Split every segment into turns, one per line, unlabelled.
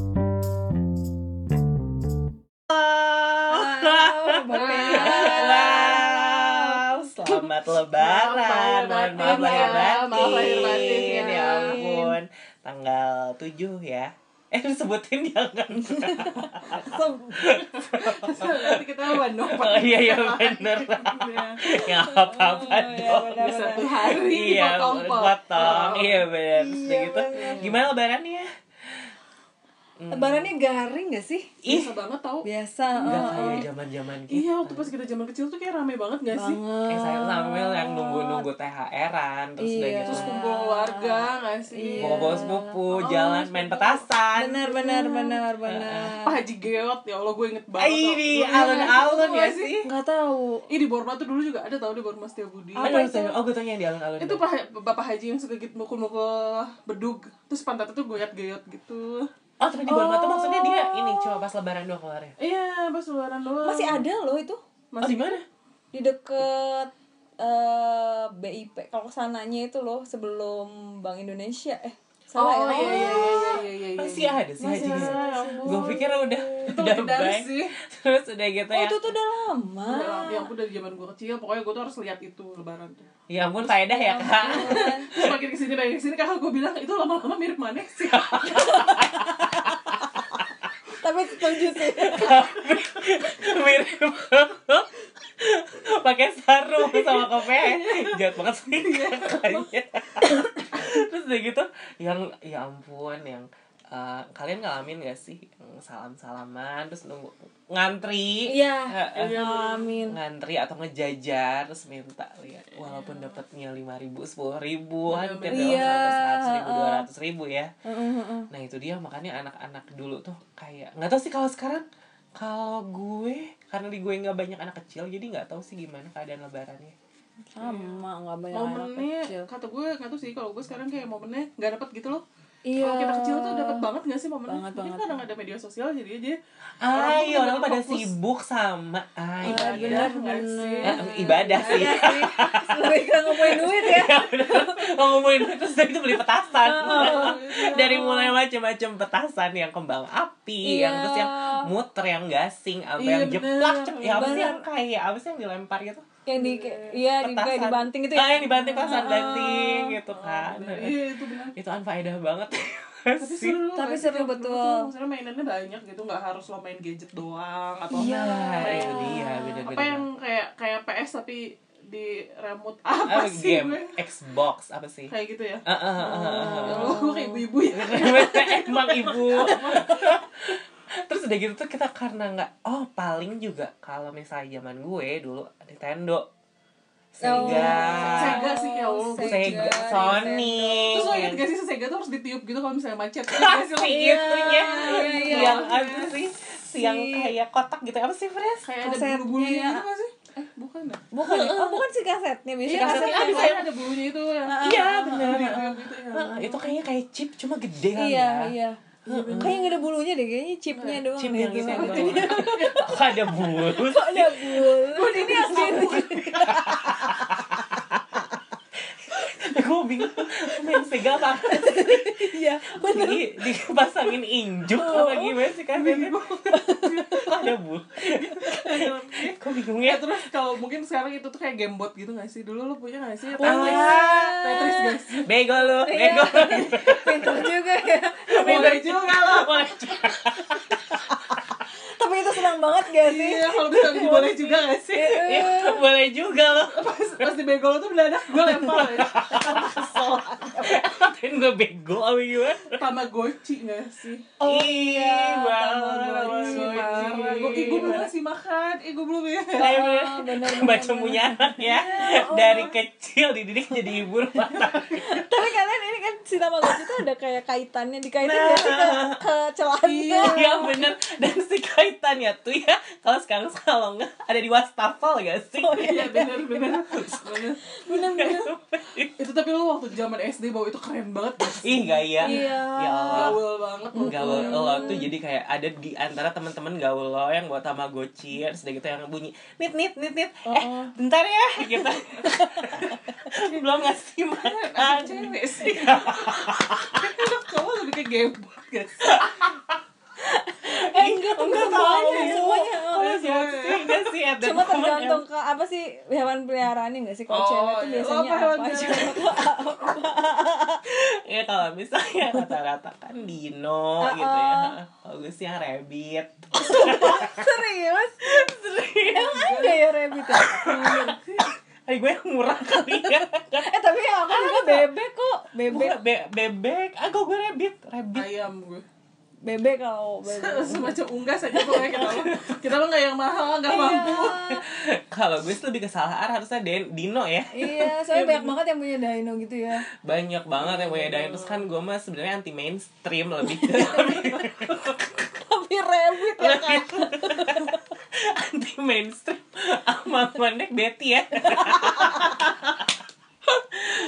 gitu.
Wow, selamat lebaran.
Maaf
Mohon
lahir
maaf lahir batin.
batin ya, maaf lahir batin,
Ya
ya.
ampun. Tanggal 7 ya. Eh, lu sebutin jangan.
Nanti kita bandung
Oh iya iya bener. Ya
Oh,
apa-apa dong.
Di satu hari
Iya,
iya, dipotong Oh.
potong. Iya benar.
Iya,
Begitu.
bener.
Gimana ya?
Iya.
lebarannya?
Hmm.
Lebarannya garing gak sih?
Ih,
Biasa banget tau
Biasa.
Enggak
oh,
kayak
oh.
zaman-zaman gitu.
Iya waktu pas kita zaman kecil tuh kayak rame banget gak sih
Eh,
banget.
saya sambil yang nunggu-nunggu THR-an terus udah
Iya.
gitu
Terus kumpul Oh, keluarga gak sih
bawa bawa sepupu jalan main petasan
Benar, benar, benar, benar.
Pak Haji Geot ya Allah gue inget
Ay,
banget tau.
di
Dulu
alun-alun ya
inget gak
sih
Nggak tahu.
Ih di Borma tuh dulu juga ada tau di Borma Setiabudi
Apa
Aduh,
itu?
saya- oh gue tanya yang di alun-alun
itu Pak- bapak haji yang suka gitu mukul-mukul bedug terus pantatnya tuh goyat-goyat gitu
oh tapi di Borma tuh maksudnya dia ini cuma pas lebaran doang keluarnya
iya pas lebaran doang
Masih ada loh itu
oh di mana
di deket eh, BIP kalau sananya itu loh sebelum Bank Indonesia eh salah
oh
ya?
iya iya iya iya iya iya
masih ada sih haji
Masih ada, ya ampun.
gue pikir udah
itu
udah
legendaris
baik
sih
terus udah gitu
Oh,
ya
itu tuh udah lama.
Iya. Udah lama, ya aku dari zaman gue kecil pokoknya gue tuh harus lihat itu lebaran tuh
ya ampun saya dah
Oh,
ya kak
terus makin kesini makin kesini kakak gue bilang itu lama-lama mirip mana sih
Tapi setuju sih.
mirip pakai sarung sama kopea jahat banget sih kakaknya. terus udah gitu yang ya ampun yang eh, kalian ngalamin gak sih salam salaman terus nunggu ngantri
Iya.
Eh, eh,
Nah.
Amin.
ngantri atau ngejajar terus minta lihat walaupun dapatnya lima ribu sepuluh ribu hampir dong
Iya,
sampai seratus ribu dua ratus ribu ya
Heeh, heeh.
Nah itu dia makanya anak-anak dulu tuh kayak nggak tahu sih kalau sekarang kalau gue karena di gue nggak banyak anak kecil jadi nggak tahu sih gimana keadaan lebarannya.
Sama nggak banyak anak Ya, kecil.
momennya kata gue kata sih kalau gue sekarang kayak momennya nggak dapet gitu loh
Iya.
kalau kita kecil tuh dapat banget gak sih momennya
Banget,
mungkin
banget.
karena nggak ada media sosial jadi aja
Ay,
tuh
orang
bener-bener
pada
fokus.
sibuk sama ay,
Iya,
ibadah.
bener,
nggak sih?
bener.
Eh, ibadah sih.
Iya sih. Lebih ke ngomongin duit ya.
Ya, bener. Mau ngomongin itu terus itu beli petasan. Dari mulai macam-macam petasan yang kembang api,
Iya.
yang terus yang muter, yang gasing, apa
Iya,
yang
bener.
jeplak, cep- ya apa sih
Bener.
yang kayak apa sih yang dilempar gitu?
Yang di iya di kayak
Petasan.
dibanting gitu
Ah,
ya. Oh.
yang dibanting petasan banting gitu kan.
iya itu benar
itu unfaedah banget
tapi
sih.
seru
Tapi
nggak
seru,
sih? Dulu
betul.
tuh maksudnya mainannya banyak gitu nggak harus lo main gadget doang atau
Iya,
main
itu dia bener-bener.
apa
Iya,
yang kayak kayak PS tapi di remote apa
Ah,
apa
sih
game
gue?
Xbox apa sih?
kayak gitu ya
Ah, ah, ah, ah, ah.
Ya Allah, gue kayak ibu-ibu ya
Emang ibu. Terus udah gitu tuh kita karena nggak oh paling juga kalau misalnya zaman gue dulu Nintendo. Sega.
Sega sih, ya Allah.
Sega,
gitu.
Sony.
terus lo inget gak sih Sega tuh harus ditiup gitu kalau misalnya macet
Pasti itunya.
Iya. Iya, iya.
Yang apa sih? Yang
Si-
kayak kotak gitu apa sih, Fres?
kayak ada
Kasetnya
bulu-bulunya
ya.
gitu gak sih eh bukan ya
Bukan, ya? oh bukan si kasetnya bisa
iya
kaset.
kasetnya
kasetnya
bisa ada bulunya itu ya
Iya, bener.
gitu ya
Heeh, itu kayaknya kayak chip cuma gede kali
Hmm. Iya,
ya.
iya. Kayaknya nggak ada bulunya deh, kayaknya chipnya doang
Chip
deh
yang
itu.
gitu.
iya.
Kok ada bulu
Kok ada bulu? Ini asli.
Gue bingung main Sega apa
Iya, bener. Oh,
di, dipasangin injuk apa gimana sih kan Kok ada bulu Kok bingung ya
Ya terus kalau mungkin sekarang itu tuh kayak gamebot gitu gak sih? Dulu lo punya gak sih? Tetris
Wah,
gak
Ah,
sih?
Bego lu,
Ah, Iya.
bego
pintar juga ya.
Boleh juga lo
Boleh juga.
Tapi itu senang banget gak sih?
Iya kalau bisa boleh juga gak sih?
Ya, Boleh juga lo
Pas, pas di bego lo tuh beladak gue lempar ya
Ngatain gue bego apa gimana
Tamagotchi gak sih?
Oh
Ih,
iya,
parah,
Tamagotchi,
Tamagotchi.
Parah, gue ih, gue
Iya.
belum ngasih makan, ih gue belum ya
Saya
Oh,
bener-
bener, bener,
Macam
bener.
punya anak ya
oh.
Dari kecil dididik jadi ibu rumah tangga
Tapi kalian ini kan si Tamagotchi itu ada kayak kaitannya dikaitin gak sih ke, ke celana?
Iya bener Dan si kaitannya tuh ya Kalau sekarang kalau nggak ada di wastafel gak sih?
Oh,
Iya bener bener bener
Bener-bener.
Itu tapi lo waktu zaman SD bawa itu keren banget gak sih?
Ih gaya
Iya. Hmm.
Ya Allah
Gaul banget lo
Gaul lo tuh jadi kayak ada di antara teman-teman gaul lo yang bawa tamagotchi Terus udah gitu yang bunyi Nit nit nit nit Eh
Oh.
bentar ya gitu Belum ngasih makan
Anak cewek sih gebot guys
eh enggak tuh
Enggak
semuanya
tahu. Iya.
semuanya
Kalau sih enggak sih at that
cuma
moment
tergantung ke apa sih hewan peliharaannya nggak sih kalau
Oh,
cewek tuh
iya.
biasanya
Lo apa hewan
apa aja
ya kalau misalnya rata-rata kan dino
Uh-uh.
gitu ya kalau gue sih yang rabbit
serius emang ada ya rabbit ya?
Ay, gue yang murah kali ya
eh tapi yang aku juga bebek kok bebek
Bukan, be- bebek ah kok gue rabbit rabbit
ayam gue
bebek kalau bebek
semacam unggas aja pokoknya kita lo kita lo nggak yang mahal nggak mampu
Iya.
kalau gue sih lebih kesalahan harusnya den- dino ya
Iya, soalnya banyak banget yang punya dino gitu ya.
banyak banget yang punya dino terus kan gue mah sebenarnya anti mainstream lebih ke
Tapi rabbit ya kan.
anti mainstream sama mandek Betty ya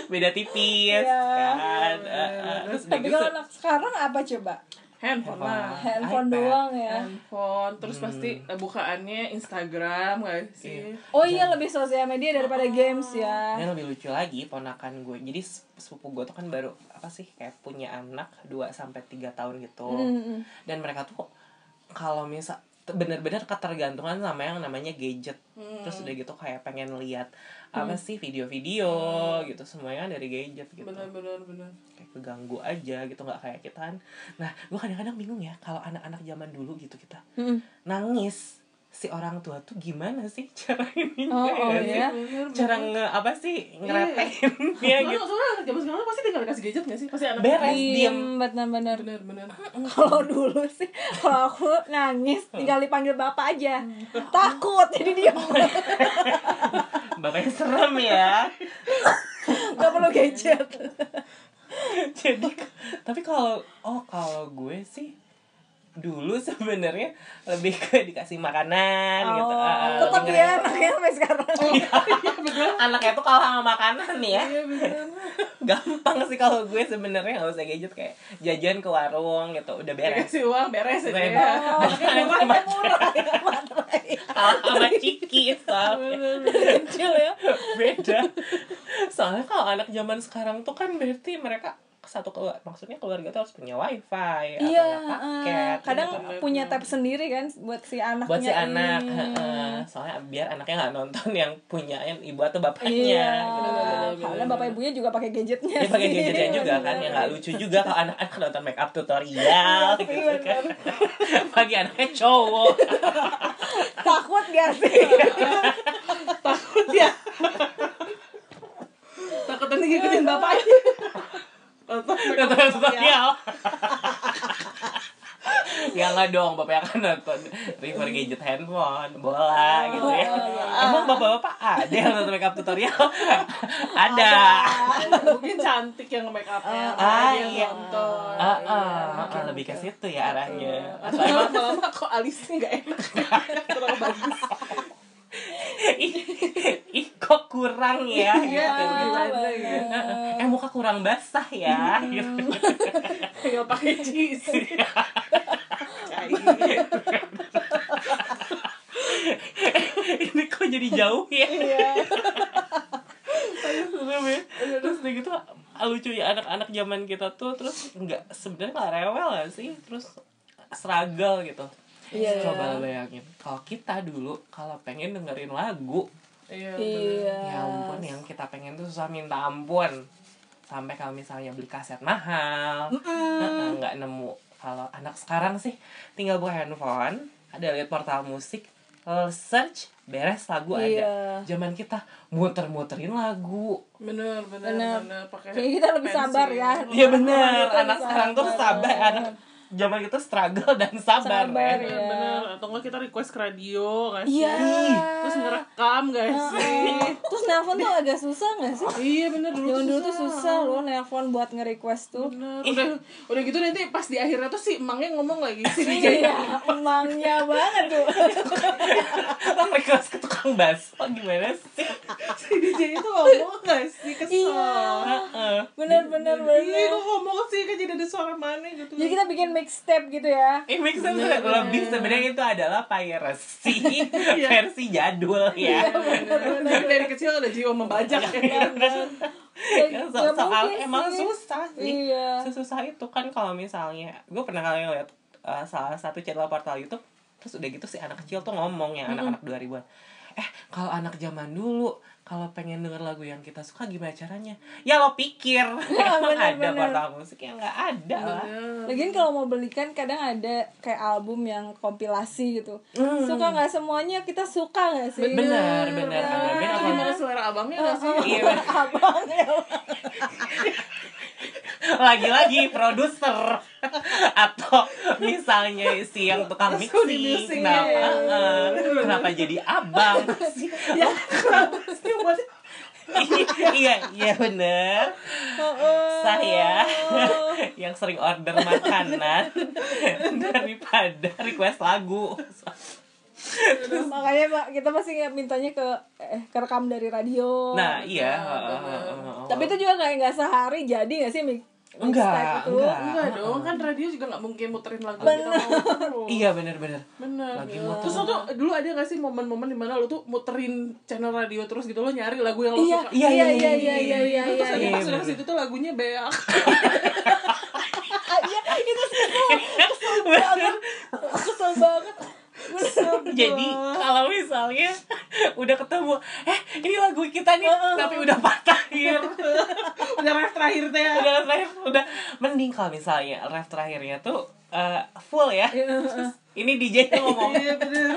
beda tipis
Iya.
kan Eh, eh, terus udah
Tapi
gitu
kalau anak sekarang apa coba?
handphone lah
Handphone
iPad.
doang ya.
handphone terus pasti eh, bukaannya Instagram nggak sih
Oh iya lebih sosial media daripada games
Oh.
ya.
Yang lebih lucu lagi ponakan gue. Jadi sep- sepupu gue tuh kan baru apa sih kayak punya anak 2 sampai 3 tahun gitu.
Mm-mm.
Dan mereka tuh kalau misal bener-bener ketergantungan sama yang namanya gadget.
Mm.
Terus udah gitu kayak pengen lihat apa sih video-video
Mm.
gitu semuanya dari gadget gitu.
benar benar benar
Kayak keganggu aja gitu nggak kayak kita kan. Nah, gue kadang-kadang bingung ya kalau anak-anak zaman dulu gitu kita
Mm-mm.
nangis si orang tua tuh gimana sih cara ini
Oh, oh, iya.
cara nge apa sih ngerepehin dia gitu
Soalnya soalnya anak zaman sekarang pasti tinggal dikasih gadget nggak sih pasti anak
Beres.
Diem benar-benar.
benar benar
Kalau dulu sih, kalau aku nangis
Hmm.
tinggal dipanggil bapak aja. Takut jadi diem.
Oh bapaknya serem ya
Gak perlu gadget.
jadi tapi kalau oh kalau gue sih dulu sebenarnya lebih ke dikasih makanan gitu Ah, Oh, ah,
tetap
lebih
ya
ngere-
makanya sampai sekarang. ya.
anaknya tuh kalau sama makanan nih ya
iya benar
gampang sih kalau gue sebenarnya nggak usah gadget kayak jajan ke warung gitu udah beres
dikasih uang beres aja
Beres.
ya
Oh, murah, murah ya, murah ya.
kalah sama ciki soalnya
Bener, bener.
Kecil ya.
beda soalnya kalau anak zaman sekarang tuh kan berarti mereka satu keluar maksudnya keluarga tuh harus punya wifi atau
Iya,
nggak
eh,
paket
kadang
gitu.
punya tab sendiri kan buat si anaknya.
buat si
ini.
anak heeh. soalnya biar anaknya nggak nonton yang punya yang ibu atau bapaknya
Iya.
gitu.
Karena bapak ibunya juga pakai gadgetnya.
dia pakai
sih.
gadgetnya juga kan yang nggak lucu juga kalau anak-anak nonton make up tutorial
Iya,
gitu kan
bener.
bagi anaknya cowok
Takut gak sih?
Iya, gitu,
takut nanti ngikutin bapaknya Nonton mereka
nonton tutorial ya nggak dong bapaknya kan nonton river gadget handphone bola gitu ya emang bapak-bapak ada yang nonton make up tutorial ada
mungkin cantik yang make upnya
Ah,
dia
iya.
nonton
Ah, ah, ah, ah, lebih ke situ ya arahnya
atau emang lama kok alisnya nggak enak terlalu bagus
ih, ih, kok kurang ya
Ah,
Iya,
gitu.
gimana gitu.
Eh muka kurang basah ya gitu.
tinggal pakai cheese
Ini kok jadi jauh ya
Iya.
Terus udah gitu lucu ya anak-anak zaman kita tuh Terus nggak sebenarnya nggak rewel gak sih Terus struggle gitu
Iya.
Coba lo bayangin Kalau kita dulu kalau pengen dengerin lagu
iya
Iya.
Ya ampun yang kita pengen tuh susah minta ampun Sampai kalau misalnya beli kaset mahal Heeh, nggak nemu kalau anak sekarang sih tinggal buka handphone ada lihat portal musik eh, search beres lagu
Iya.
ada zaman kita muter-muterin lagu
bener bener
Bener.
bener, pakai
Kayaknya kita lebih
pensil.
sabar ya.
Iya
bener.
bener, anak sekarang tuh sabar anak zaman kita struggle dan sabar,
Sabar,
ya.
ya.
Bener, bener atau enggak kita request ke radio nggak sih
Iya. Ah,
terus ngerekam nggak sih
Heeh. Terus nelpon tuh agak susah gak sih?
iya bener dulu
Zaman
tuh
dulu tuh susah loh nelpon buat nge-request tuh.
Bener. Udah, udah gitu nanti pas di akhirnya tuh si emangnya ngomong lagi sini
Iya, emangnya banget tuh.
Lo request ke tukang baso gimana sih?
si DJ itu ngomong gak sih kesel
Iya.
Heeh.
Bener bener
Iya
bener.
kok ngomong sih kan jadi ada
suara mana gitu
Jadi Ya,
Iya,
kita bikin mixtape gitu ya.
Eh, make sense lebih sebenarnya itu adalah piracy
Iya.
versi jadul ya.
iya, dari kecil udah jiwa membajak
Iya,
ya.
Ya, so-
nggak
soal
mungkin
emang
sih.
susah sih.
Iya.
Sesusah itu kan kalau misalnya gue pernah kali ngeliat uh, salah satu channel portal YouTube terus udah gitu si anak kecil tuh ngomong yang anak-anak 2000-an. Eh, kalau anak zaman dulu kalau pengen denger lagu yang kita suka gimana caranya? Ya lo pikir.
Iya,
Emang ada
bener-bener.
portal musik yang nggak ada lah.
Lagian kalau mau belikan kadang ada kayak album yang kompilasi gitu. Suka nggak semuanya kita suka nggak sih?
Hmm. Bener,
Iya,
bener, bener.
kan?
Bener,
Itu
apa-
Kan gimana selera abangnya nggak sih?
Iya, bener.
Abang ya.
lagi-lagi produser atau misalnya si yang tukang
Terus kok di
mixing
mixing,
kenapa
ya.
eh, kenapa jadi abang
Ya, pasti buat
Iya, iya iya bener sah ya yang sering order makanan daripada request lagu
Makanya Pak, kita pasti nggak mintanya ke eh, ke rekam dari radio.
nah iya
Oh, Tapi itu juga nggak nggak sehari jadi nggak sih mix-
Enggak,
mixtape itu?
enggak.
Enggak dong, kan radio juga nggak mungkin muterin lagu kita mau.
iya bener-bener
Bener.
Lagi muter.
iya. Terus lo tuh dulu ada gak sih momen-momen dimana lo tuh muterin channel radio terus gitu lo nyari lagu yang lo
Iya,
suka.
iya, iya, iya, iya, iya, iya,
Terus ada
iya.
pas udah ke situ tuh lagunya beak.
Ah, Iya, itu kesel, kesel banget, kesel banget. Kesel
Jadi kalau misalnya udah ketemu, eh ini lagu kita nih, tapi udah patah gitu.
udah ref terakhir teh.
udah ref udah mending kalau misalnya ref terakhirnya tuh eh, full ya Terus ini DJ nya ngomong
Iya bener.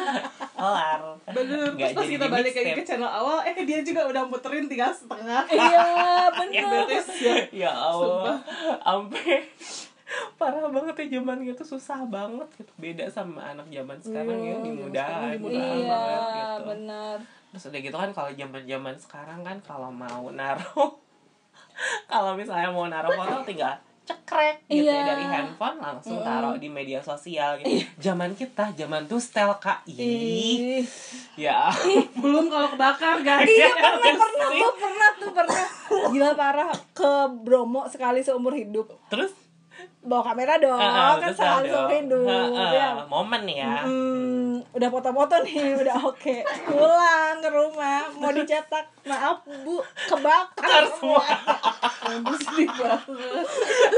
kelar
Bener. Terus
Nggak
pas
jadi
kita
di
balik lagi
mixtape.
ke channel awal, eh dia juga udah muterin tiga setengah.
Iya,
ya,
bener.
Berarti siap.
ya Allah sampai parah banget ya zaman itu susah banget gitu beda sama anak zaman sekarang ya dimudahan
Iya, sekarang
mudahan
Iya,
banget gitu
benar.
terus udah gitu kan kalau zaman zaman sekarang kan kalau mau naruh kalau misalnya mau naruh foto tinggal cekrek gitu ya
Iya.
dari handphone langsung taruh di media sosial gitu. Zaman kita, zaman tuh setel kak. Ih,
Ih.
ya.
Belum kalau kebakar guys.
Iya pernah pernah tuh pernah tuh pernah gila parah ke Bromo sekali seumur hidup
Terus
bawa kamera dong
ah,
kan
betul
seumur
dong.
hidup
Ah, ah,
ya.
momen ya.
Hmm, udah foto-foto nih udah oke pulang ke rumah mau dicetak maaf bu kebakar
semua.
Terus dibahas.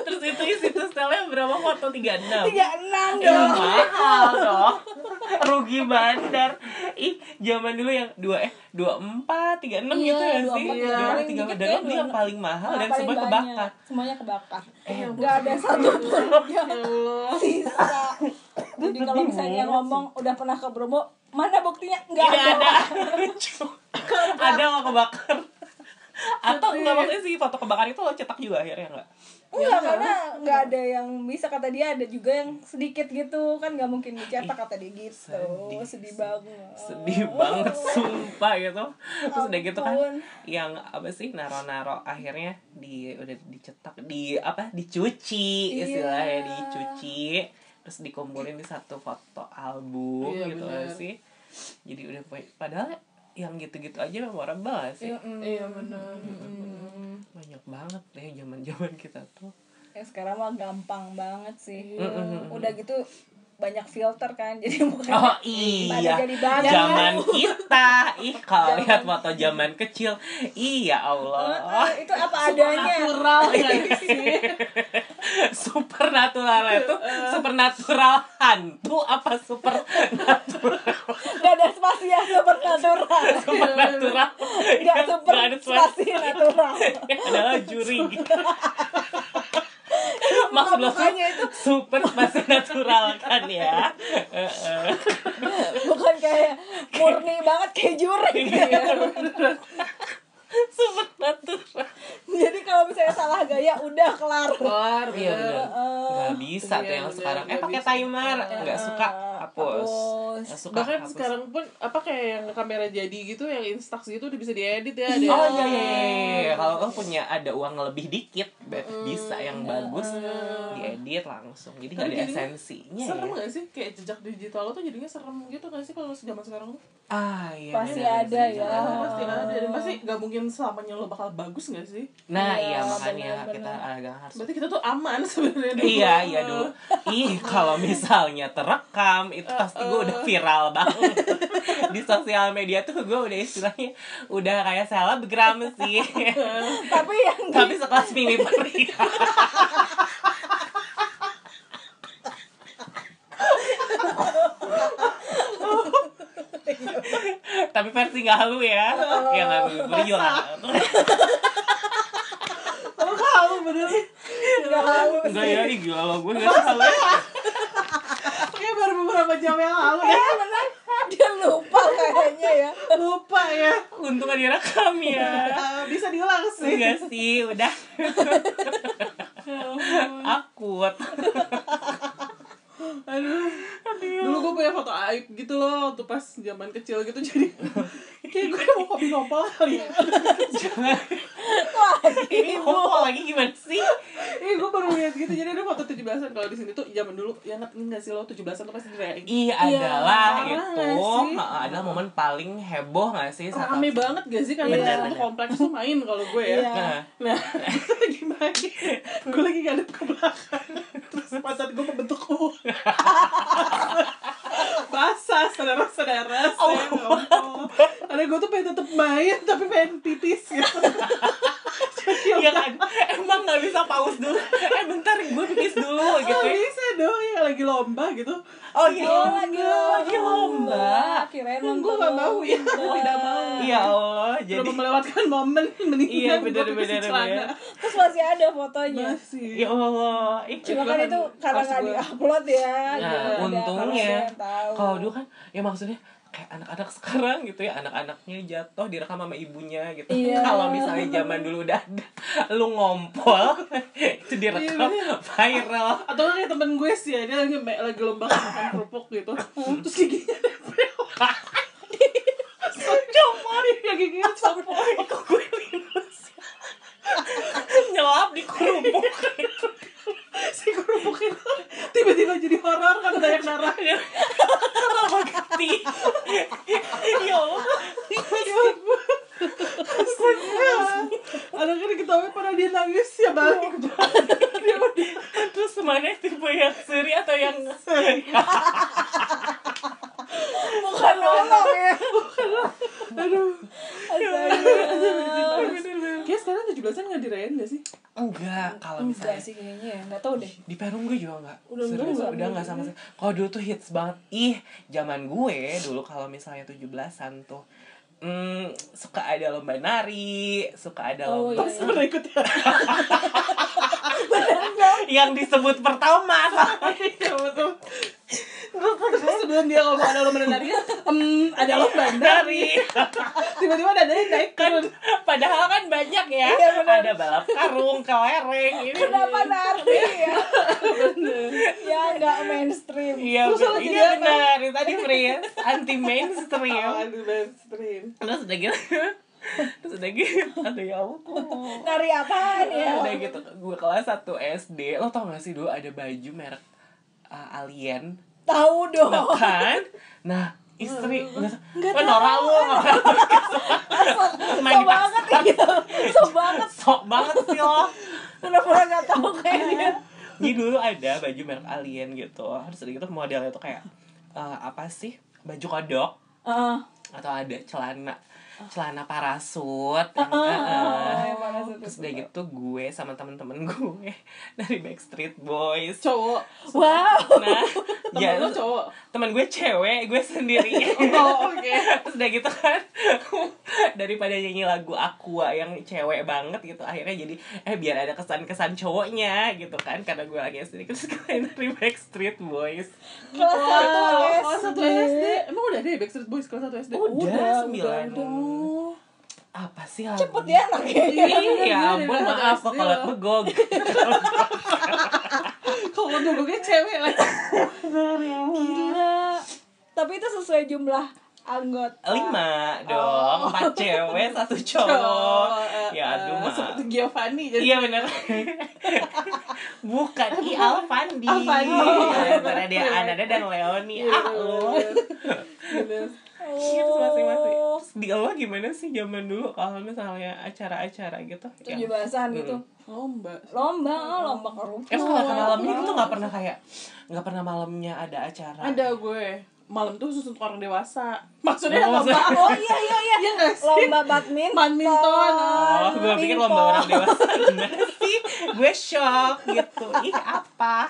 Terus itu isi tuh setelnya berapa foto? 36.
tiga enam
Iya,
dong
mahal dong rugi bandar ih zaman dulu yang dua eh dua empat tiga enam
Iya,
gitu ya sih
24,
dua
paling
tiga
dikit
dan
ya,
itu yang
26.
paling Iya, mahal dan
Nah, paling
semua
banyak.
kebakar
semuanya kebakar nggak ada satu pun yang
Ya Allah.
sisa jadi kalau misalnya ngomong udah pernah ke Bromo mana buktinya nggak
tidak
ada
ada lucu ada nggak kebakar atau nggak maksudnya sih foto kebakar itu lo cetak juga akhirnya nggak
Enggak, karena Iya, nggak ada yang bisa kata dia ada juga yang sedikit gitu kan nggak mungkin dicetak kata dia gitu sedih, banget
sedih banget sumpah gitu terus udah gitu kan
Oh. Ampun.
yang apa sih naro-naro akhirnya di udah dicetak di apa dicuci
Iya.
istilahnya dicuci terus dikumpulin di satu foto album
Iya,
gitu
bener.
gak sih jadi udah punya- padahal yang gitu-gitu aja memorable gak sih
Iya bener.
ya. banyak banget deh zaman-zaman kita tuh
ya sekarang mah gampang banget sih udah gitu banyak filter kan jadi mukanya
Oh
pada
iya,
jadi banyak
zaman kita. Ih kalau lihat foto zaman kecil, iya Allah,
Eh, itu apa
Iya.
adanya
Natural guys.
supernatural itu
Eh.
supernatural hantu apa super
nggak ada spasi yang supernatural
supernatural?
Iya,
nggak
Yang
super
nggak ada
spasi
suara.
natural
Yang adalah juri. Maksud lo
mukanya itu
super masih natural kan ya? Eh, eh.
bukan kayak murni banget kayak juri
Iya, supernatural.
jadi kalau misalnya salah gaya udah kelar
Kelar
Iya benar.
bener.
Nggak bisa tuh
Iya,
yang
bener.
sekarang. Eh
Nggak
pakai
bisa. eh,
timer, nggak suka. hapus.
Hapus.
Yang suka
bahkan
hapus.
sekarang pun apa kayak yang kamera jadi gitu yang instax gitu udah bisa diedit ya ada
Oh iya iya iya, iya. Kalau lo punya ada uang lebih dikit, be-
Hmm,
bisa yang bagus diedit langsung. Jadi nggak ada
iya. Tapi jadinya
esensinya.
serem
ya.
gak sih kayak jejak digital lo tuh jadinya serem gitu gak sih kalau zaman sekarang tuh?
Ah iya.
Pasti
bener,
ada
bener,
ya.
bener.
pasti ada dan pasti gak mungkin selamanya lo bakal bagus gak sih
Nah
Iya,
iya, makanya
bener,
kita
bener.
agak harus
berarti kita tuh aman sebenarnya dulu.
Iya, iya dulu. Ih, kalau misalnya terekam itu
Uh,
pasti gue udah viral banget. Di sosial media tuh gue udah istilahnya udah kayak selebgram sih.
tapi yang
Tapi sekelas mini pria. Tapi versi nggak halu ya,
Oh.
ya nggak halu, beliau
lo tahu bener sih
nggak halus
Enggak ya, ih, gila lo gue nggak ya. salah.
kayak baru beberapa jam yang lalu ya
Iya, benar dia lupa kayaknya ya
lupa ya
Untung gak direkam ya.
Eh, bisa diulang sih
Enggak sih, udah akut.
Aduh. Dulu gue punya foto aib gitu loh waktu pas zaman kecil gitu jadi kayak gue mau kopi nopal kali ya.
lagi
Ini kok lagi gimana sih?
Eh gue baru lihat gitu jadi ada foto 17-an kalau di sini tuh zaman dulu ya nggak nggak sih lo 17-an tuh pasti dirayain.
Iya
Iya,
adalah
parah
itu
nggak sih?
ha, adalah momen paling heboh gak sih saat
Rame banget gak sih karena
Iya.
kita tuh kompleks tuh main kalau gue ya.
Iya.
Nah,
Nah, itu lagi main. Gue lagi ngadep ke belakang. Terus pantat gue kebentuk U. Basah, saudara-saudara.
Oh,
saya nggak mau. Karena gue tuh pengen tetep main, tapi pengen pipis gitu. Jadi
Iya kan? Emang gak bisa pause dulu. Eh bentar gue pipis dulu
Oh,
gitu. ya.
bisa dong yang lagi lomba gitu.
Oh iya.
Oh, lagi lagi
lomba.
lomba kirain
Gue
nonton
gak mau ya,
lomba.
tidak mau.
Ya Allah,
Jadi
jadi
melewatkan momen mendingan
Iya,
gua
bener,
pipis di
bener,
celana. Iya
bener.
terus masih ada fotonya
Masih.
ya Allah. Ih,
cuma kan itu karena nggak
Harus gua-
diupload ya
Nah,
Jadi nggak
untungnya
ada yang tahu.
kalau dulu kan ya maksudnya kayak anak-anak sekarang gitu ya anak-anaknya jatuh direkam sama ibunya gitu
Iya.
kalau misalnya zaman dulu udah ada lu ngompol itu direkam viral
atau nggak kayak temen gue sih ya, dia lagi lagi lomba makan kerupuk gitu terus giginya nempel cuma ya giginya copot
kok gue minus nyelap di kerupuk
si kerupuk itu tiba-tiba jadi horor karena banyak darah
sama geti ya Allah
anak kan ketawa pada dia nangis ya balik dia udah
terus mana tipe yang seri atau yang
bukan nolong ya
aduh
Astaga.
kayak sekarang tujuh belasan nggak dirayain nggak sih
enggak kalau
enggak
misalnya
sih kayaknya ya nggak tahu deh
di Perum gue juga enggak
Udah
serius,
enggak,
udah
udah
enggak sama sih kalau dulu tuh hits banget ih zaman gue dulu kalau misalnya 17-an tuh hmm, suka ada lomba nari suka ada
Oh,
lomba
iya.
pernah ikut ya
yang disebut pertama
Iya, betul. Terus sebelum dia ngomong ada lomba nari, em, ada lomba
nari
nari. Tiba-tiba dadanya naik
kan
turun.
padahal kan banyak ya
Iya, benar.
ada balap karung kelereng ini
kenapa nari ya ya nggak mainstream
iya
Terus
benar
lo
iya
jadi apa?
benar Itu tadi Fris anti mainstream
Awan di mainstream.
terus udah gitu terus udah gitu aduh ya ampun
nari apaan ya
udah gitu gue kelas 1 SD lo tau gak sih dulu ada baju merek uh, alien
tahu dong
Nah, kan nah istri
Oh. Nggak
nggak kan norak
tahu.
lo
so
kan? main di
banget iya so banget
sok banget sih lo
pura-pura nggak tahu kayaknya
jadi dulu ada baju merek alien gitu terus udah gitu modelnya tuh kayak uh, apa sih baju kodok
Eh,
Heeh.
atau ada celana celana parasut yang,
Oh,
uh-uh.
yang mana satu?
terus udah gitu gue sama temen-temen gue dari Backstreet Boys
Cowok.
wow
nah
Temen
ya
lo cowok.
teman gue cewek gue sendiri
Oh, oke.
terus udah gitu kan daripada nyanyi lagu Aqua yang cewek banget gitu akhirnya jadi eh biar ada kesan-kesan cowoknya gitu kan karena gue lagi sendiri terus gue dari Backstreet Boys
kelas satu
Gitu.
Wow, kelas
SD
satu SD. Emang udah deh Backstreet Boys kelas 1 SD.
Udah. sembilan.
udah.
apa sih lagu
cepet ya anaknya
iya
Iya,
ampun
iya,
maaf
iya.
kok kalau begog
Kalau dulu gue cewek lagi.
gila sesuai jumlah anggota
lima dong empat cewek satu cowok Oh, ya aduh
eh,
mak
seperti Giovanni jadi
iya bener bukan I Alfandi Iya,
Alfandi. Iya.
antara dia Ananda dan Leoni ah lo
gitu.
Gitu masing-masing di lo gimana sih zaman dulu kalau misalnya acara-acara gitu
tujuh
yang-
bahasan gitu
lomba
lomba ah, lomba kerupuk
Emang nggak pernah malamnya gitu nggak pernah kayak nggak pernah malamnya ada acara
Oh. ada gue malam tuh khusus untuk orang dewasa maksudnya
Oh,
lomba
maksudnya-
oh iya iya iya iya nggak sih
lomba badminton
Badminton,
Oh, gue pikir lomba orang
pingpong.
dewasa gimana sih? Gue shock gitu. Ih, apa?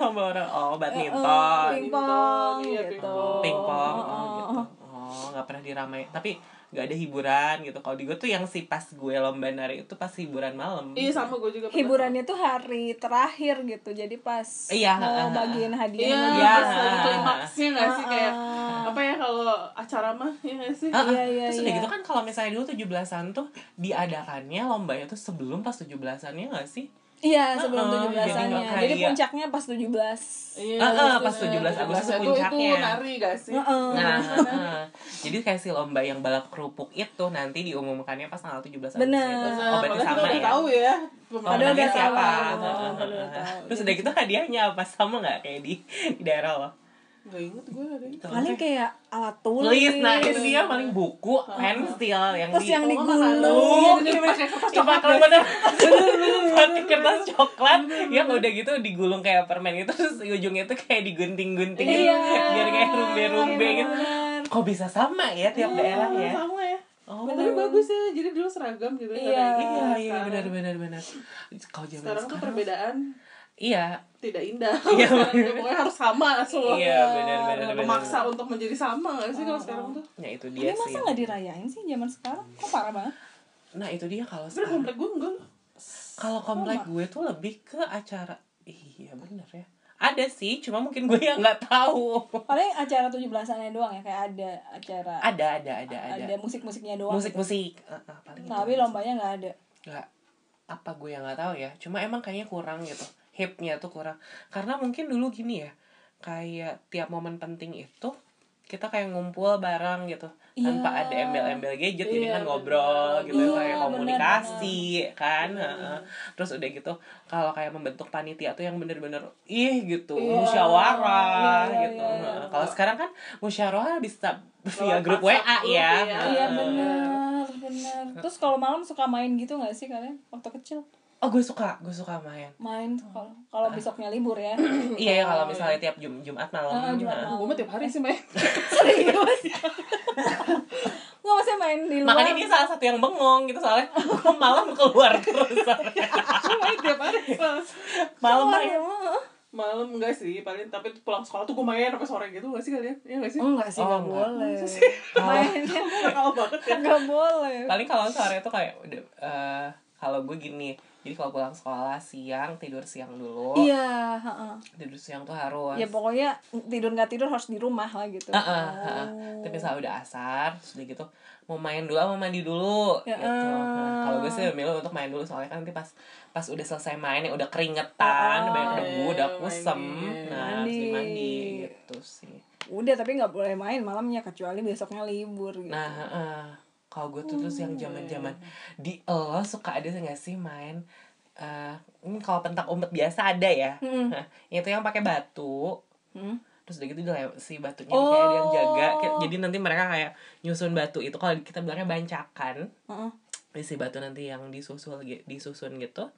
Lomba orang oh
Eh,
badminton,
Eh, pingpong
Iya,
gitu
pingpong.
pingpong, oh,
Heeh.
gitu. Oh, nggak pernah diramai. Tapi nggak ada hiburan gitu. Kalau di gue tuh yang si pas gue lomba nari itu pas hiburan malam.
iya sama gue juga pernah.
hiburannya tuh hari terakhir gitu jadi pas
Iya, ah, ah,
mau bagiin gitu. hadiah
Iya,
Iya.
pas lagi klimaksnya gak sih kayak
Ah.
apa ya kalau acara mah ya gak sih?
Ah, ah.
Iya, iya,
Terus udah
iya.
gitu kan kalau misalnya dulu 17-an tuh diadakannya lombanya tuh sebelum pas 17-annya gak sih?
Iya sebelum
Heeh,
tujuh belasannya.
jadi nggak
Jadi
kayak- iya.
puncaknya pas tujuh belas.
Iya,
Ah, ah,
terus
pas
tuh,
17 Agustus
itu-
puncaknya.
Itu nari gak sih?
Oh.
Nah, eh, jadi kayak si lomba yang balap kerupuk itu nanti diumumkannya pas tanggal 17 Agustus
Bener.
itu.
Nah,
Oh, berarti
makanya
sama
kita udah
ya.
tahu ya.
Padahal
pemenangnya
udah
tahu.
siapa?
Oh,
Heeh,
padahal udah
heeh.
tahu.
Terus udah gitu hadiahnya apa sama nggak kayak di, di daerah lo?
Gak inget gue hari ini.
Paling kayak alat tulis.
Tulis, nah itu dia paling buku, pensil yang
Terus
di
yang
Oh,
digulung.
malah. Iya,
Gimana?
pakai kertas
Coba kalau bener pakai kertas coklat yang udah gitu digulung kayak permen gitu terus di ujungnya tuh kayak digunting-gunting gitu
Iya.
biar kayak rumbe-rumbe gitu.
Bener.
Kok bisa sama ya tiap daerah ya?
Iya, Sama ya.
Oh,
Tapi bagus ya, jadi dulu seragam gitu.
Iya.
Sekarang-
Iya, iya
sekarang-
benar benar benar. Kalau zaman
Sekarang tuh
sekarang,
perbedaan
iya,
tidak indah. Sekarang tuh Pokoknya harus sama semua.
iya benar benar benar.
Memaksa untuk menjadi sama gak sih kalau sekarang tuh?
Ya itu
Ini
dia
masa
sih.
nggak dirayain sih zaman sekarang? Kok parah banget?
Nah itu dia kalau
Sebenernya
sekarang-
komplek gue enggak loh.
kalau komplek gue tuh lebih ke acara. Iya benar ya. Ada sih, cuma mungkin gue yang nggak tahu.
Paling acara tujuh belasannya doang ya kayak ada acara.
Ada ada ada ada.
Ada musik-musiknya doang.
Musik musik. Eh, eh, paling itu.
Tapi lombanya nggak ada.
nggak apa gue yang nggak tahu ya cuma emang kayaknya kurang gitu hipnya tuh kurang karena mungkin dulu gini ya kayak tiap momen penting itu kita kayak ngumpul bareng gitu tanpa
Iya.
ada embel-embel gadget jadi
Iya,
kan ngobrol
bener.
gitu
Iya,
kayak
bener,
komunikasi kan heeh. terus udah gitu kalau kayak membentuk panitia tuh yang bener-bener ih gitu
Iya.
musyawarah
Iya, iya,
gitu
iya.
Heeh. kalau sekarang kan musyawarah bisa via
Lewat
grup WA ya
WhatsApp grup, iya.
Heeh.
Iya
Eh.
benar, benar. Terus kalau malam suka main gitu nggak sih kalian waktu kecil?
oh gue suka gue suka main
Main tuh kalau
Ah.
kalau besoknya libur ya.
Iya ya kalau misalnya tiap Jum Jumat malam.
Ah, Jumat
nah.
malam.
Gue mah tiap hari sih, Mei.
Serius? Nggak maksudnya main di luar.
Makanya dia salah satu yang bengong gitu soalnya gue malam keluar terus.
Main tiap hari.
malam
Keluar
main.
ya, Ma.
Malam enggak sih, paling tapi pulang sekolah tuh gue main sampai sore gitu enggak sih kalian? Iya enggak sih?
Enggak sih,
Oh,
enggak
enggak.
boleh.
Kalau-
Mainnya
Nakal banget ya.
enggak boleh.
Paling kalau sore tuh kayak udah eh, kalau gue gini. Jadi kalau pulang sekolah siang tidur siang dulu.
Iya, heeh.
Tidur siang tuh harus.
Ya pokoknya tidur nggak tidur harus di rumah lah gitu.
Ah, ah, ah, ah. Tapi misalnya udah asar, terus udah gitu mau main dulu, ah, mau mandi dulu
Ya,
gitu. Nah, kalau gue sih memilih untuk main dulu soalnya kan nanti pas pas udah selesai main ya udah keringetan, udah banyak debu,
iya,
udah kusem.
mandi.
Nah, harus
Ah, iya. Mandi.
dimandi gitu sih.
Udah tapi nggak boleh main malamnya kecuali besoknya libur gitu.
Nah, heeh. kalau gue tuh terus yang
Hmm.
zaman-zaman di lo suka ada nggak sih main eh ini kalau pentak umpet biasa ada ya. Nah, itu yang pakai batu.
Hmm.
Terus udah gitu dilem- si batunya nih kayak ada yang jaga. Kayak-
Oh.
Jadi nanti mereka kayak nyusun batu itu kalau kita bilangnya bancakan.
Heeh.
Isi batu nanti yang disusul gi- disusun gitu.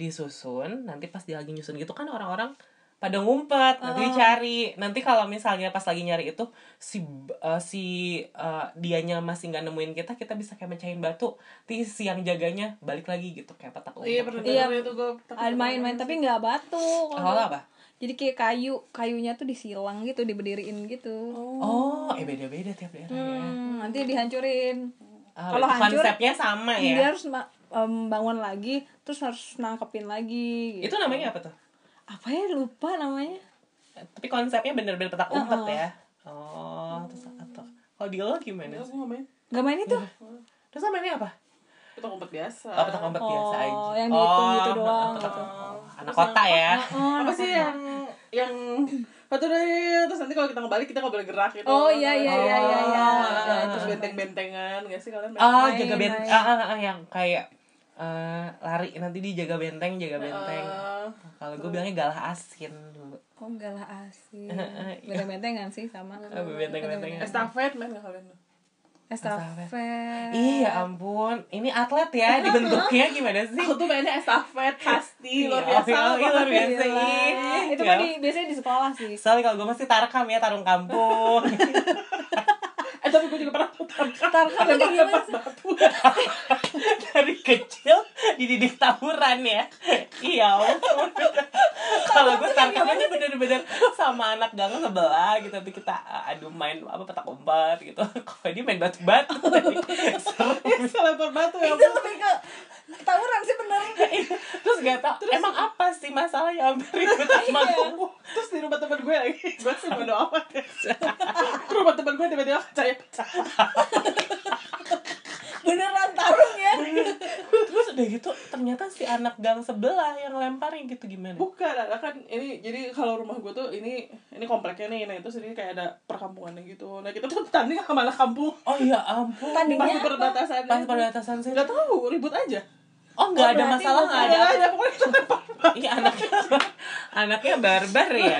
Disusun, nanti pas dia lagi nyusun gitu kan orang-orang pada ngumpet,
Ah.
nanti dicari. Nanti kalau misalnya pas lagi nyari itu si b- eh, si eh, dianya masih nggak nemuin kita, kita bisa kayak mecahin batu. Nanti si yang jaganya balik lagi gitu kayak petak umpet.
Iya, pernah
Iya.
denger itu gue.
Ada main-main tapi nggak batu. kalau
Kalau
nggak-
apa?
Jadi kayak kayu, kayunya tuh disilang gitu, diberdiriin gitu.
Oh, eh beda-beda tiap daerah ya.
Hmm, nanti dihancurin.
Ah,
Kalau
berarti
hancur,
konsepnya sama ya.
Dia harus ma- em, bangun lagi, terus harus nangkepin lagi. gitu.
Itu namanya apa tuh?
apa ya lupa namanya?
Tapi konsepnya bener-bener petak umpet
Ah.
ya. Oh, terus atau kalau di lo gimana?
Gue gak main.
Gak main itu?
Terus namanya apa?
Kita kompet biasa.
Oh, petak umpet biasa aja.
yang dihitung gitu
Oh,
doang
petak-
gitu.
oh, anak kota ya.
Apa sih yang yang satu deh terus nanti kalau kita ngebalik kita nggak boleh gerak gitu
Oh, iya, iya,
iya, iya, iya.
Ah, terus benteng bentengan nggak sih kalian
Ah,
Main,
jaga benteng.
main.
Ah, ah, ah, yang kayak eh, lari nanti dia jaga benteng, jaga benteng.
Ah.
Kalau gue bilangnya galah asin dulu.
Oh enggak lah asik.
Iya.
Benteng-bentengan sih sama.
Eh, Benteng-bentengan.
estafet main nggak kalian
Estafet.
Iya ampun, ini atlet ya dibentuknya gimana sih?
aku tuh mainnya estafet pasti luar
Iya,
biasa
iya, luar
banget.
biasa. ih.
Gila. Itu
Ya.
kan di- biasanya di sekolah sih.
Soalnya kalau gue masih tarkam ya, tarung kampung.
eh tapi gue juga pernah putar
Tarkam itu
iya,
gimana sih?
Dari kecil dididik tawuran ya. Iya ampun. Kalau gue tarkamnya bener-bener sama anak gang sebelah gitu. Tapi kita uh, adu main apa petak umpet gitu. Kalau dia main batu-batu tadi. Seru.
lempar batu ya
Itu lebih ke tawuran sih bener.
Terus Iya. gak tau, emang apa sih masalahnya hampir ribut sama gue.
Oh, terus di rumah teman gue lagi gue sih bodo amat ya rumah teman gue tiba-tiba kacanya pecah
Beneran tarung ya.
Terus udah gitu ternyata si anak gang sebelah yang lemparin gitu gimana?
bukan ada kan ini jadi kalau rumah gue tuh ini ini kompleknya nih nah itu sini kayak ada perkampungannya gitu nah kita tuh tanding sama anak kampung
Oh ya ampun.
Tanding. Tandingnya
pas di
apa?
perbatasan
Pas perbatasan sih.
nggak tahu ribut aja
Oh nggak ada
berarti
masalah nggak ada.
nggak ada pokoknya kan kita lempar
Iya anaknya anaknya barbar ya.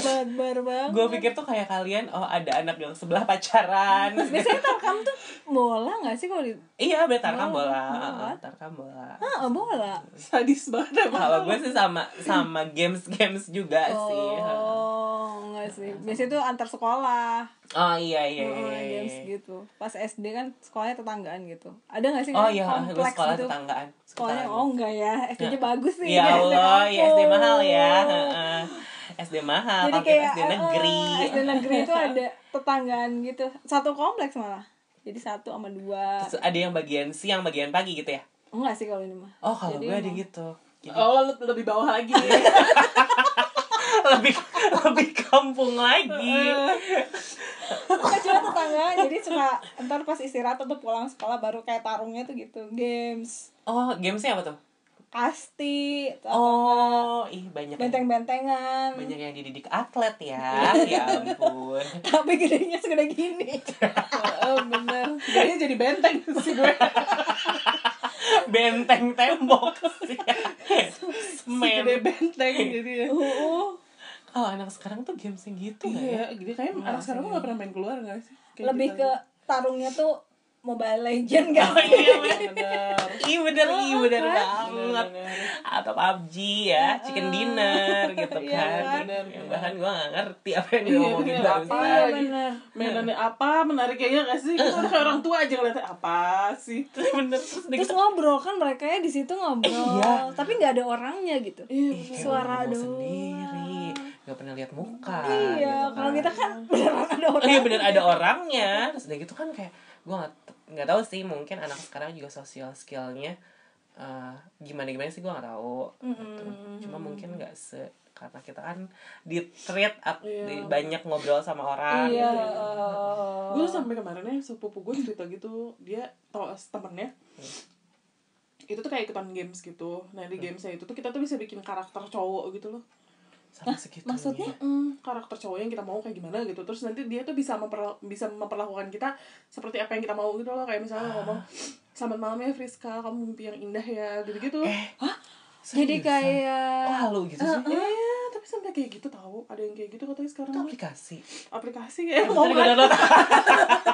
Barbar banget.
Gue pikir tuh kayak kalian oh ada anak yang sebelah pacaran.
Biasanya tarkam tuh bola gak sih kalau di...
iya betar
Oh,
kan bola.
Bola.
Betar kan bola.
Ah, bola.
sadis banget emang
Kalau gue sih sama sama games games juga sih.
Oh, enggak sih. Biasanya tuh antar sekolah.
Oh iya iya.
Oh,
iya, iya.
games gitu. Pas SD kan sekolahnya tetanggaan gitu. Ada gak sih
Oh
kan
iya, gue
kompleks
sekolah
gitu?
tetanggaan.
Sekolahnya
Tetanggaan.
oh enggak ya. SD-nya bagus sih.
Ya Allah, ya SD
kampung.
mahal ya. Heeh. SD mahal,
Jadi
tapi
kayak
SD negeri.
eh, SD negeri itu ada tetanggaan gitu. Satu kompleks malah. Jadi satu sama dua.
Terus ada yang bagian siang, bagian pagi gitu ya.
Enggak sih kalau ini mah.
Oh, kalau
Jadi
gue ada
emang-
gitu. Jadi
oh le- lebih bawah lagi
lebih lebih kampung lagi.
Enggak cuma tetanggaan. Jadi suka ntar pas istirahat atau pulang sekolah baru kayak tarungnya tuh gitu. Games,
Oh, gamesnya apa tuh?
kasti, atau
Oh, ih banyak yang,
benteng-bentengan.
banyak yang dididik atlet ya. ya ampun.
Tapi gedenya segede gini. oh, bener.
kayaknya jadi benteng sih gue
Benteng tembok sih.
gede
Men.
benteng jadi ya
Uh, uh.
Kalau anak sekarang tuh gamesnya gitu nggak ya?
Iya, jadi kayak anak sekarang nggak pernah main keluar nggak sih?
gitu
Kayak gitu.
Lebih
kita-
ke tarungnya tuh Mobile Legend kan.
Iya,
Iya, bener.
Iya bener, iya bener
kan?
Iya,
banget Atau PUBG ya, chicken dinner gitu
Iya,
kan
bener.
Yang Bahkan gue gak ngerti apa yang
Iya,
diomongin
bener.
barusan.
Apa
Iya,
lagi?
bener.
Mainannya apa? Menariknya nggak sih? Kita udah kayak orang tua aja ngeliatnya apa sih?
Bener, terus dia
Terus ngobrol kan mereka ya di situ ngobrol,
Iya.
tapi nggak ada orangnya gitu.
Iya,
Suara
ngomong
doang.
sendiri Gak pernah lihat muka
Iya,
gitu
kalau kita kan beneran ada
Oh,
orang.
iya bener ada orangnya terus udah gitu kan kayak gue nggak nggak tahu sih mungkin anak sekarang juga sosial skillnya eh, gimana gimana sih gue nggak tahu gitu.
Mm-hmm.
cuma mungkin nggak se karena kita kan di treat banyak ngobrol sama orang
Iya.
gitu.
gue tuh sampai kemarin ya sepupu gue cerita gitu dia tau temennya itu tuh kayak ikutan games gitu nah di gamesnya itu tuh kita tuh bisa bikin karakter cowok gitu loh
sama segitu
Maksudnya?
Mm, karakter cowok yang kita mau kayak gimana gitu terus nanti dia tuh bisa memperla- bisa memperlakukan kita seperti apa yang kita mau gitu loh kayak misalnya ngomong selamat malam ya Friska kamu mimpi yang indah ya gitu gitu
Jadi
Eh,
kayak Eh,
oh halo gitu sih
Iya, tapi sampai kayak gitu tahu ada yang kayak gitu katanya sekarang
itu
tuh
aplikasi
eh,
aplikasi ya
Bisa
mau
di download.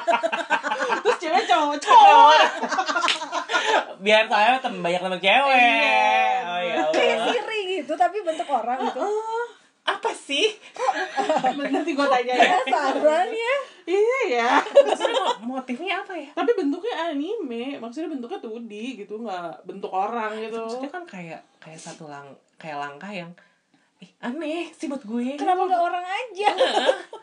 terus cewek cowok cowok
biar saya tem banyak teman cewek
Iya.
oh ya
kayak
Allah.
siri gitu tapi bentuk orang gitu.
apa sih
nanti gue tanya ya
Penasaran ya?
iya ya
maksudnya mo- motifnya apa ya
tapi bentuknya anime maksudnya bentuknya 2D gitu nggak bentuk orang gitu
maksudnya kan kayak kayak satu lang kayak langkah yang ih aneh sih buat gue
Gitu.
Kenapa nggak orang aja?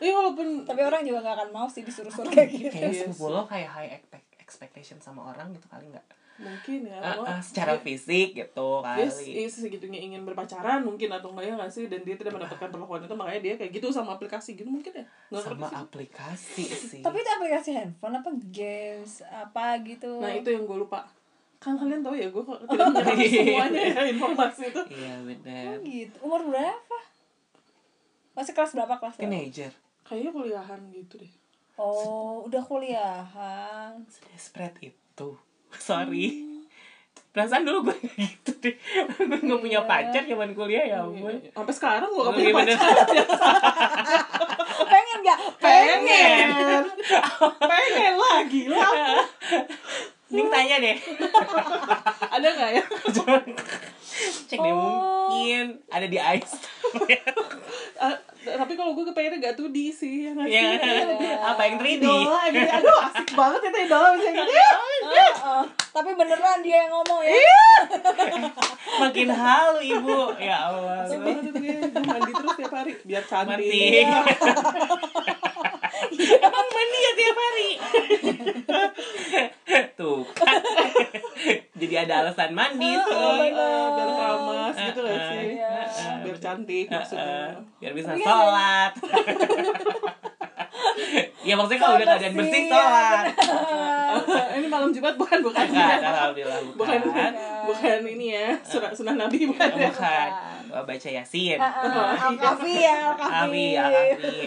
iya walaupun
tapi orang juga nggak akan mau sih disuruh-suruh kayak gitu.
kayaknya sepupu lo Iya, kayak high expect- expectation sama orang gitu kali nggak
mungkin ya
Eh, eh,
gua-
secara fisik gitu kali
dia, dia segitunya ingin berpacaran mungkin atau enggak ya nggak sih dan dia tidak mendapatkan perlakuan itu makanya dia kayak gitu sama aplikasi gitu mungkin ya nggak
sama
ngerti sih.
aplikasi sih
tapi itu aplikasi handphone apa games apa gitu.
nah itu yang gue lupa kan kalian tahu ya gue kok tidak menyerap semuanya ya informasi itu
iya bener
gitu. Umur berapa? Masih kelas berapa kelas? berapa?
teenager
Kayaknya kuliahan gitu deh.
Oh, udah kuliahan.
spread itu sorry
Hmm.
perasaan dulu gue kayak gitu deh gue nggak punya
Iya.
pacar zaman kuliah ya ampun
Sampai sekarang gue
Lu
gak iya. punya
gimana?
pacar.
Pengen nggak?
Pengen. Pengen lagi lah.
Ning tanya deh
Ada gak ya?
cek deh
Oh.
mungkin ada di ice
Ah, tapi kalau gue kepengennya gak tuh di sih. Ya, nggak sih?
ya apa yang 3D
Idola gitu. Aduh asik banget itu idola bisa gitu.
Heeh. Tapi beneran dia yang ngomong ya.
Iya. makin halu ibu ya Allah
Asik banget itu dia. Gue mandi terus tiap hari. Biar cantik.
mati emang mandi ya tiap hari tuh kan jadi ada alasan Ah, mandi
Eh,
tuh
eh, Biar kamas gitu gak sih.
Iya.
Biar cantik maksudnya.
biar bisa sholat ya maksudnya kalau udah keadaan bersih
Bersih, ya,
sholat
Eh, Ini malam Jumat bukan bukan.
Bukan, alhamdulillah
Bukan,
bukan
bukan, bukan ini ya, surah sunnah Nabi bukan. ya.
bukan Ah, baca yasin
Heeh. Al-Kafi ya, Al-Kafi.
Abi, Abi,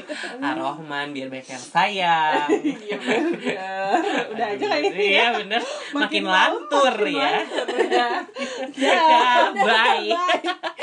Ar-Rahman, biar banyak yang sayang.
Iya benar. Udah aja kali ini
Iya
ya.
bener, makin,
malam,
lantur
makin
ya.
lantur, ya.
Ya, bye.
Bye.